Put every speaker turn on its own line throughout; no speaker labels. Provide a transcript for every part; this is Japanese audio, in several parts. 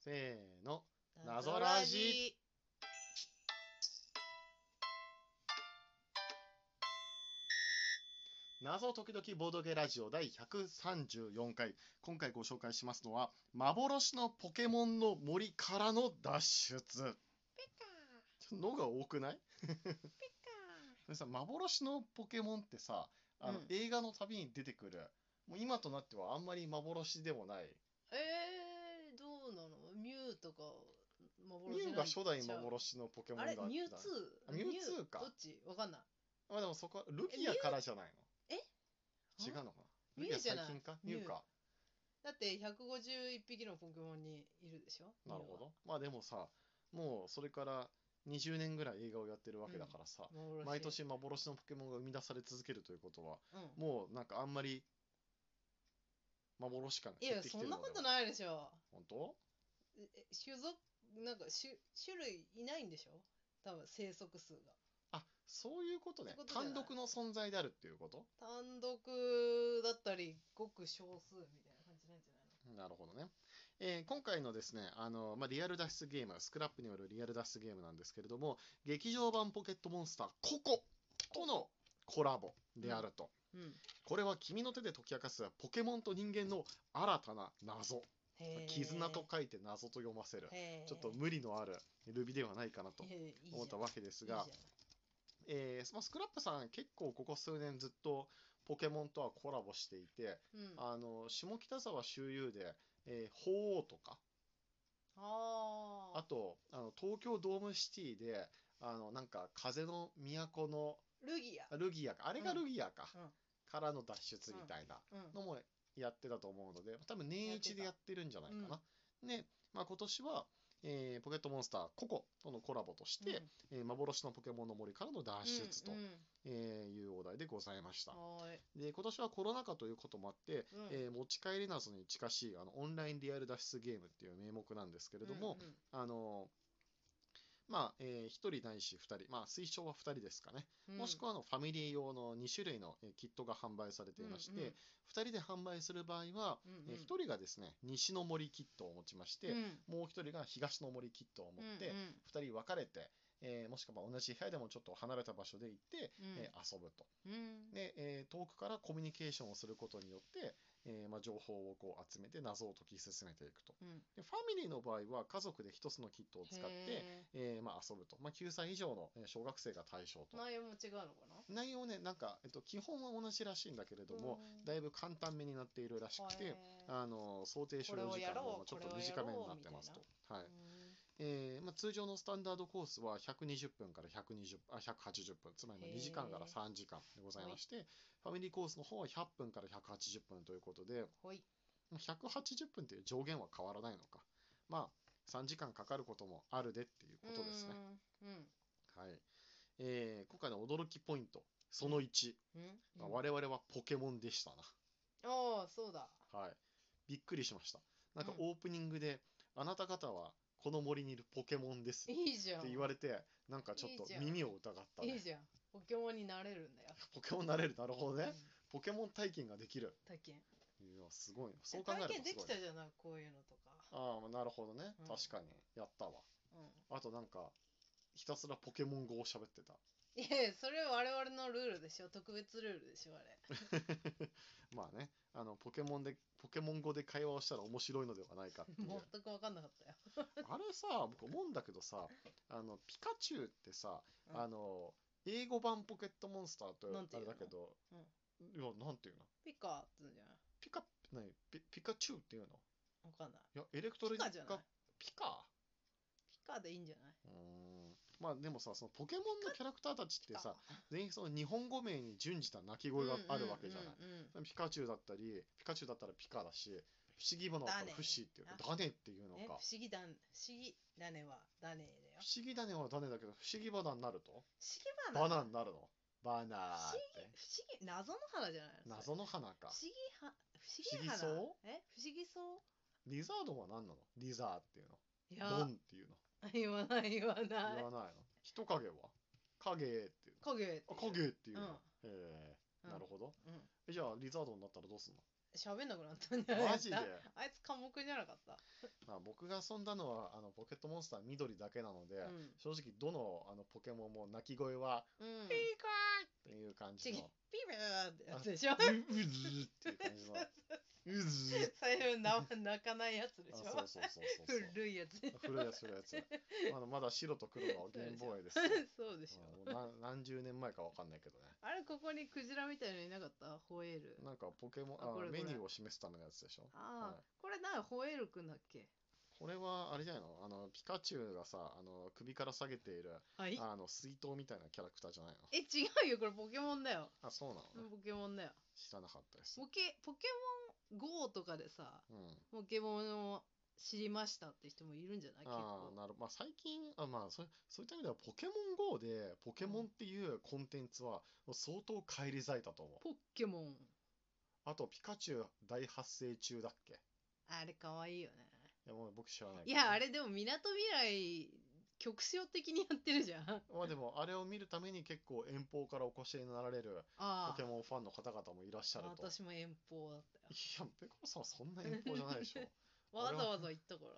せーの。謎ラジ謎時々ボードゲラジオ第134回今回ご紹介しますのは幻のポケモンの森からの脱出ちょっ
ペ
と
カ
のが多くない
ペ
それさ幻のポケモンってさあの、
うん
映画のたびに出てくるもう今となってはあんまり幻でもない
カえー、どうなのミュウとか
ミ
幻
ュ
なん
ウ
ちゃ
が
う
初代幻のポケモン
あ
だ
れ
った
ミュウ
ー
ツ
あ
ー
ミュウツーか
どっちわかんない
まあでもそこはルギアからじゃないの
え
違うのかな
ミ
ル
ュウ
ギア
じ
最
ゃない
近かミ
ミュウ
ュウか
だって151匹のポケモンにいるでしょ
なるほどまあでもさもうそれから20年ぐらい映画をやってるわけだからさ、
ミュウは幻
毎年幻のポケモンが生み出され続けるということは
うん
もうなんかあんまり幻感が
い
減
や
ってき
そ
てる
ん
の
な
で
こと
は
ないでしょ
本当
ええ種族なんか種種類いないんでしょ多分生息数が
あそういうことね
ってことじゃ
単
ない
独の存在であるっていうこと
単独だったりごく少数みたいな感じなんじゃないの
なるほどね、えー今回のですねあの、まあ、リアル脱出ゲームスクラップによるリアル脱出ゲームなんですけれども劇場版ポケットモンスターココとのコラボであると、
うん
これは君の手で解き明かすポケモンと人間の新たな謎
へー
絆と書いて謎と読ませる
へー
ちょっと無理のあるルビではないかなと
へーいいじゃん
思ったわけですが
いいじゃん
えーまあスクラップさん結構ここ数年ずっとポケモンとはコラボしていて
うん、あ
あの下北沢周遊で、えー、鳳凰とか
あ
あとあの東京ドームシティであのなんか風の都の
ルギア
あルギアかあれがルギアか、
うんうん
からの脱出みたいな
う
の
ん
もやってたと思うので多分年一でやってるんじゃないかな。で、まあ、今年は、えーポケットモンスターココとのコラボとして、えー幻のポケモンの森からの脱出と
うんうん
えーいうお題でございました。
はーい
で今年はコロナ禍ということもあって、
うん
えー持ち帰りなどに近しいあのオンラインリアル脱出ゲームっていう名目なんですけれども、
うんうん
あのまあ、え1人ないし2人、まあ、推奨は2人ですかね、
うん
もしくはあのファミリー用の2種類のえーキットが販売されていまして、
うんうん
2人で販売する場合は、
うん
え
うん
1人がですね西の森キットを持ちまして、
うん
もう1人が東の森キットを持って、
うん
2人分かれて、えーもしくは同じ部屋でもちょっと離れた場所で行って、
うん
えー遊ぶと。
うん
で、えー遠くからコミュニケーションをすることによって、えーまあ、情報をこう集めて謎を解き進めていくと。
うん
でファミリーの場合は家族で一つのキットを使って、え
へ
ーまあ、遊ぶと。まあ、9歳以上のえー小学生が対象
ー
と。
内容も違うのかな
内容ね、なんか、えっと、基本は同じらしいんだけれども、
うん
だいぶ簡単めになっているらしく
へ
て、
ー
あの想定所要時間
これをやろう
もちょっと短めになってますと
こ。
はい
うん
えーまあ、通常のスタンダードコースは120分から120あ180分つまりまあ
へー
2時間から3時間でございましてファミリーコースの方は100分から180分ということで
ほい
まあ180分という上限は変わらないのかまあ3時間かかることもあるでっていうことですね、
うん
はいえー今回の驚きポイントその1、
うん
まあ
うん
我々はポケモンでしたな
ああそうだ
はい。びっくりしました。なんか
うん
オープニングで、あなた方はこの森にいるポケモンですっ
いいじゃん
て言われて、なんかちょっと
いいじゃん
耳を疑った
いい
ね。
じゃんポケモンになれるんだよ
ポケモンなれる、なるほど
う
ね
ん。
ポケモン体験ができる。
体験
いや、すごいな。
え
そう考える
体
と
験です
ご
き
いな。
たじゃないこういうのとか
ああ、なるほどね
うん。
確かに。やったわ。
うん
あとなんか、ひたすらポケモン語を喋ってた。
いやいやそれは我々のルールでしょ特別ルールでしょあれ
まあね、あの、ポケモンで、ポケモン語で会話をしたら面白いのではないかっていう。
全く分かんなかったよ
あれさ、僕思うんだけどさ、あの、ピカチュウってさ、
うん
あの、英語版ポケットモンスターと
な
あ
んてい
れ
うの
だけど、いや、なんていうの
ピカっつうんじゃない
ピカ、何ピピカチュウっていうの
分かんない
いや、エレクトロニ
ピカじゃない
ピカ
ピカでいいんじゃないう
ーん。まあでもさ、そのポケモンのキャラクターたちって
ピ
さ
カ、
全員その日本語名に準じた鳴き声があるわけじゃない。
うんうんうんうん
ピカチュウだったり、ピカチュウだったらピカだし、不思議者だったら
だね
フシっていう
あ、
ダネっていうの
え不
か
思。議だん不思議だねはだねだよ
不思議だねはダネだけど、不思議バナになると
不思議花
バナになるのバナーって。
不思議謎の花じゃないのそ
謎
れ
の花か
不。思議は
不思
不思
議
議花
そう
え不思議そう
リザードは何なのリザーっていうの。
い
ド
や
ンっていうの。
言わない言わな
言
い
わないの。人影は影っていう
影っていう
の。あ、影っていうの。
うん
えー
うん
なるほど。
うん
えじゃあ、リザードになったらどうすんの
喋んなくなったんじゃない
マジで
ああいつ寡黙じゃなかった。
まあ、僕が遊んだのはあのポケットモンスター緑だけなので、
うん。
正直どのあのポケモンも鳴き声は
うん。
ピーカーっていう感じ
ちぎ、ピ
の
ーバーってやつでしょ
ううずーっていう感じのうずーっ
最初な泣かないやつでし
あ
ょ
そうそうそうそうそう
古いや つでしょ
古いやつ古いや つあのまだ白と黒のゲームボーイですよ
そうでし
あ
ょ
のもう何何十年前かわかんないけど ね
あれここにクジラみたいのいなかったホエール
なんかポケモン
あ
あ
これこ
メ
れ
ニューを示すためのやつでしょ
ああ、
はい
これなホエールくんだっけ
これはあれじゃないのあのピカチュウがさあの首から下げている
はい
あの水筒みたいなキャラクターじゃないの
え違うよこれポケモンだよ
あそうなのね、
ポケモンだよ
知らなかったです
ポケポケモン GO とかでさ
うん
ポケモンを知りましたって人もいるんじゃない結
ああ、
構
なるまあ最近、あまあそれ、そういった意味では、ポケモン GO で、ポケモンっていうコンテンツは、もう相当返り咲いたと思う。
ポッケモン
あと、ピカチュウ大発生中だっけい
あれかわいいよね
や、もう僕知らない
い
けどね
やあれでもみなとみらい局所的にやってるじゃん
まあでも、あれを見るために結構遠方からお越しになられるポ
あ
ケモンファンの方々もいらっしゃ
あ
ると。い
私も遠方だったよ
や、ペコさんはそんな遠方じゃないで しょ。
わざわざ行ったから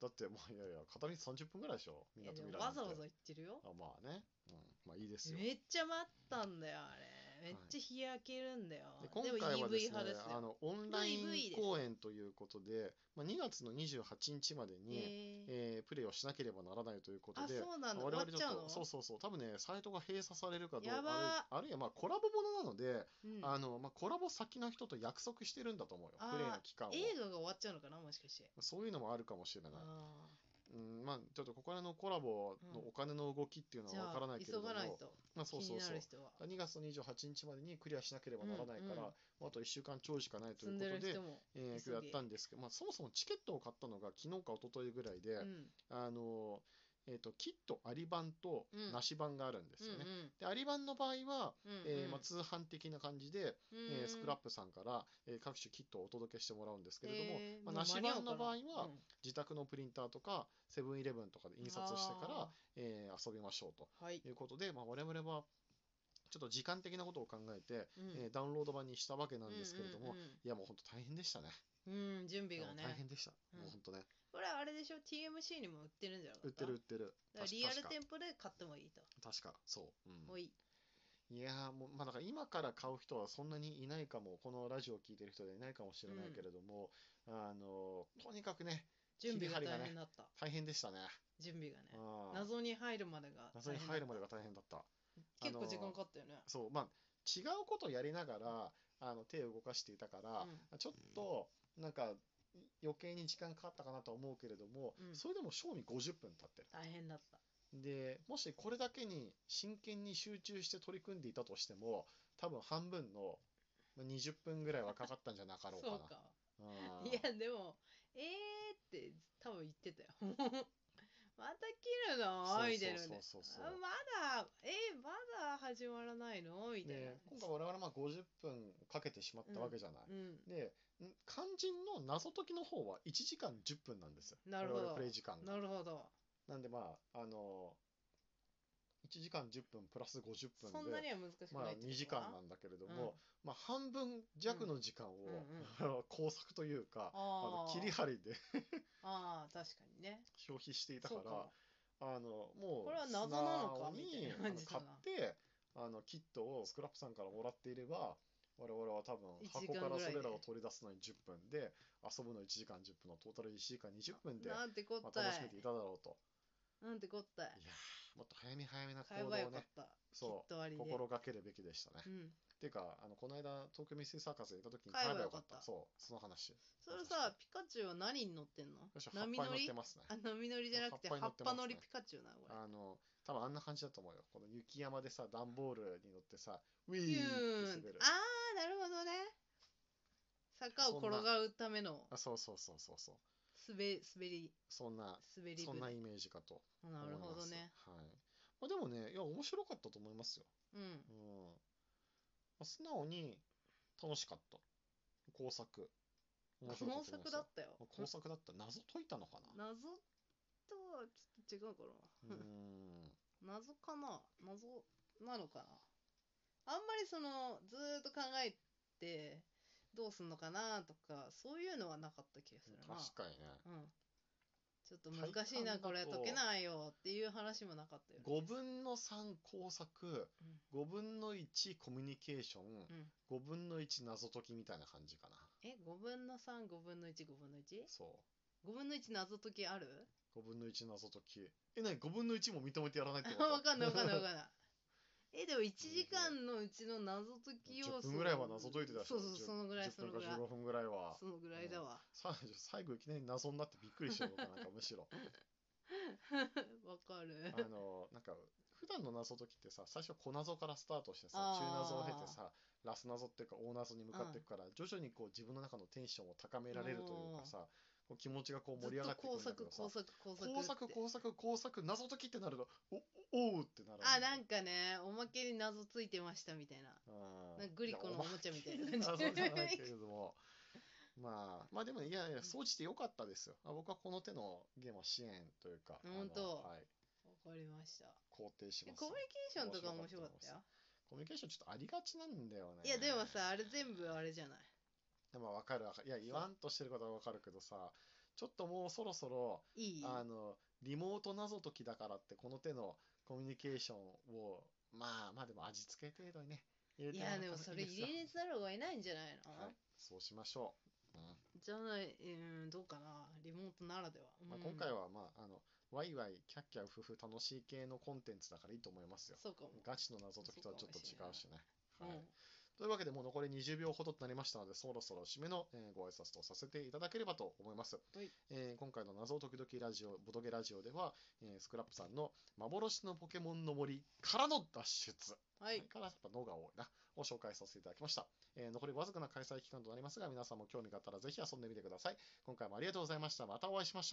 だって、もういやいや、片道30分ぐらいでしょ、み
い
んな
や
と
で
見
も
られ
わざわざ行ってるよ
あまあね、うん、まあいいですよ。
めっちゃ待ったんだよあれめっちゃ日焼けるんだよ、
で
で
今回は
も
で
EV
すね
派です
あ
よ
のオンライ
EV
ン
です
公演ということで、まあ、2月の28日までに、
へえ
えープレイをしなければならないということ
あ
で、
そうなんだ終
我
わっ
々ち
ち
ょ
ゃう
っ
の
と、そうそうそう、多分ね、サイトが閉鎖されるかどうか、
やばー
あるいあるいはまあコラボものなので、
うん
あのまあ、コラボ先の人と約束してるんだと思うよ
あ、ー
プレイの期間を。
映画が終わっちゃうのかなもしかして
そういうのもあるかもしれない。
あ
うん、まあ、ちょっとここら辺のコラボのお金の動きっていう
ー
の
じ
は
ゃ
わ
あ
からないけれ
急
ども、
がないと
まあ、そう
気
そ
に
う
な
そう
る。人は
2月28日までにクリアしなければならないから、
うんうん
まあ、あと1週間ちょいしかないとい
住
うんこ
で
と
る
で、
人も
えー、
急げ
やったんですけど、まあ、そもそもチケットを買ったのが昨日か一昨日ぐらいで、
うん
あのーえー、とキットアリ版と
うん
なし版があるんです
うん
よね。
うん
でアリ版の場合は、
うんうん
えーまあ、通販的な感じで、えースクラッ
プ
プさんから、えー各種キットをお届けしてもらうんですけれども、
えー
まあ
もう
梨
間に合う
版の場合は
かなうん
自宅のプリンターとかセブンイレブンとかで印刷してから、
あ
えー遊びましょう
ーはい
ということで、まあ、我々はちょっと時間的なことを考えて、
うん
えーダウンロード版にしたわけなんですけれども、
うん
いやもう本当大変でしたね。
うんうんうん準備が
いやもう大
ね
変でした。
うん
もう本当ね。
これはあれでしょ TMC にも売ってるんじゃなか
売ってる売ってる。
だから
確
リアル
確か
店舗で買ってもいいと
確か、そう。うん
もういい
いやーもう、まあ、だから今から買う人はそんなにいないかも、このラジオを聞いてる人でいないかもしれないけれども、あのーとにかくね、
準備が
切り張りが
大
ね
変だった
大変でしたね。
準備がね
あー
謎に入るまでが
謎に入るまでが大変だった。
大変だった結構時
あの
間
ー
かかったよね
そう、まあ、違うことをやりながら、あの手を動かしていたから、ちょっと、なんか、余計に時間かかったかなとは思うけれども、
うん
それでも賞味50分経ってる。
大変だった
で、もしこれだけに真剣に集中して取り組んでいたとしても、多分半分のまあ20分ぐらいはかかったんじゃなかろうか
そ
な。
うか
うん
いやでもえーって多分言ってたよ また切るの
そうそうそうそう
みたいなねあまだえーまだ始まらないのみたいな
で、今回我々まあ50分かけてしまったわけじゃない。
うん
で、ん肝心の謎解きの方は1時間10分なんですよ。
なるほど
我々プレイ時間が。
なるほど
なんでまあ、あの1時間10分プラス50分
そんな
で、
には難しく
まあ
ないってことか
2時間なんだけれども、まあ半分弱の時間を
うんうんうん
工作というか、あ
あ
の
あ
切り張りで
ああ確かにね
消費していたか
そう
ら、
か
あのもう
これは謎なのか
素直
みたい
に
な
あの
感じだ
買っ
な
てあのキットをスクラップさんからもらっていれば我々は多分
一時
箱
間
から
ぐら
そ
いで
れらを取り出すのに10分で遊ぶの1時間10分のトータル1時間20分で、ま
なんてこっ
あ、
たい
楽しめていただろうと
なんてこったい
いやーもっと早め早めな行
買え
動を
ばよかっ
ね
たきっ
そ
とあ
う
りで
心がけるべきでしたね、
う
っ
ん
ていうかあのこの間東京ミステリーサーカスに行った時に
買
買
え
えば
ば
よ
よ
か
か
っ
った
たそうその話
それさピカチュウは何に乗ってんの
よし葉っぱに
波
乗っ
乗り
てますね
あ波乗りじゃなくて
葉
葉
っ
っ
ぱ
ぱ
に乗
乗
ってますね
りピカチュウなこれ
あの、多分あんな感じだと思うよ。この雪山でさ、段ボールに乗ってさ、ウィーンっ
ヒューン
て滑る。
ああなるほどね坂を転がるための
あ、そうそうそうそうそう。
滑滑り
そんな、
滑り
そん
船
なイメージかと
な
思い
る
ます。
ほどね。
はい。まあ、でもね、いや、面白かったと思いますよ。
うん
うん。まあ、素直に楽しかった。工作。面白かた
工
と思いま
作
すよ
だったよ
まあ工作だった。謎解いたのかな。
謎とはちょっと違うか
う
な、
ん。
謎かな謎なのかなあんまりそのずーっと考えてどうすんのかなとかそういうのはなかった気がするな
確かにね。
うんちょっと難しい
体感だ
な
と
これ解けないよっていう話もなかったよね
5分の3工作、5分の1コミュニケーション、
うんうん
5分の1謎解きみたいな感じかな。
え5分の35分の15分の 1?5
そ
分の1謎解きある
う。5分の1謎解き。え、なに ?5 分の1も認めてやらないってこと
わかんないわかんないわか んないえでも1時間のうちの謎解き要
10
素
分ぐらいは謎解いてたでし
そ
ょ
うそうそのぐらいそ
10
のぐ
分
ら
か
い
15分ぐらいは。
そのぐらいだわ
さ 最後いきなり謎になってびっくりしてるのかななんかむしろ。
わかる
あのなんか普段の謎解きってさ最初小謎からスタートしてさ
あ
中
ー
謎を経てさラス謎っていうか大謎に向かっていくから、徐々にこう自分の中のテンションを高められるというかさこう気持ちがこう
ずっ
盛り上が
と
ってくるん
工
だけ
作
どさ
工作
工作工作
工作って
工作謎解きってなるとおおおうってなる
あなんんかねおまけに謎ついてましたみたいな
あー
なんかグリコ
い
のお
や
もちゃみたいな感じ
お 前謎じゃないけれど もまあまあでもねいやいや掃除してよかったですよあ僕はこの手のゲームは支援というかあの
本当
はい
わかりました
肯定し
え
ます
コミュニケーションとか面白かったよ
コミュニケーションちょっとありがちなんだよね。
いやでもさあれ全部あれじゃない
でもわかるわかる。いや、言わんとしてることはわかるけどさ、ちょっともうそろそろ、
いい
あの、リモート謎解きだからって、この手のコミュニケーションを、まあまあでも味付け程度にね、入れ
い
てもら
や
った
で
ら
も
いい
そ
で
れ
す
入
よ
れざるを得ないんじゃないの、
はい、そうしましょう。うん
じゃない、うん、どうかな、リモートならでは。
まあ、
うん
今回は、まあ、あの、ワイワイ、キャッキャウフフ楽しい系のコンテンツだからいいと思いますよ。
そうかも。
ガチの謎解きとはちょっと違うしね。
う
は
ん
い、というわけで、もう残り20秒ほどとなりましたので、そろそろ締めの、えーご挨拶とさせていただければと思います。
はい
えー今回の謎を時々ラジオ、ボドゲラジオでは、えースクラップさんの幻のポケモンの森からの脱出、
はい、
からやっぱ脳が多いな、を紹介させていただきました、えー残りわずかな開催期間となりますが、皆さんも興味があったらぜひ遊んでみてください。今回もありがとうございました。またお会いしましょう。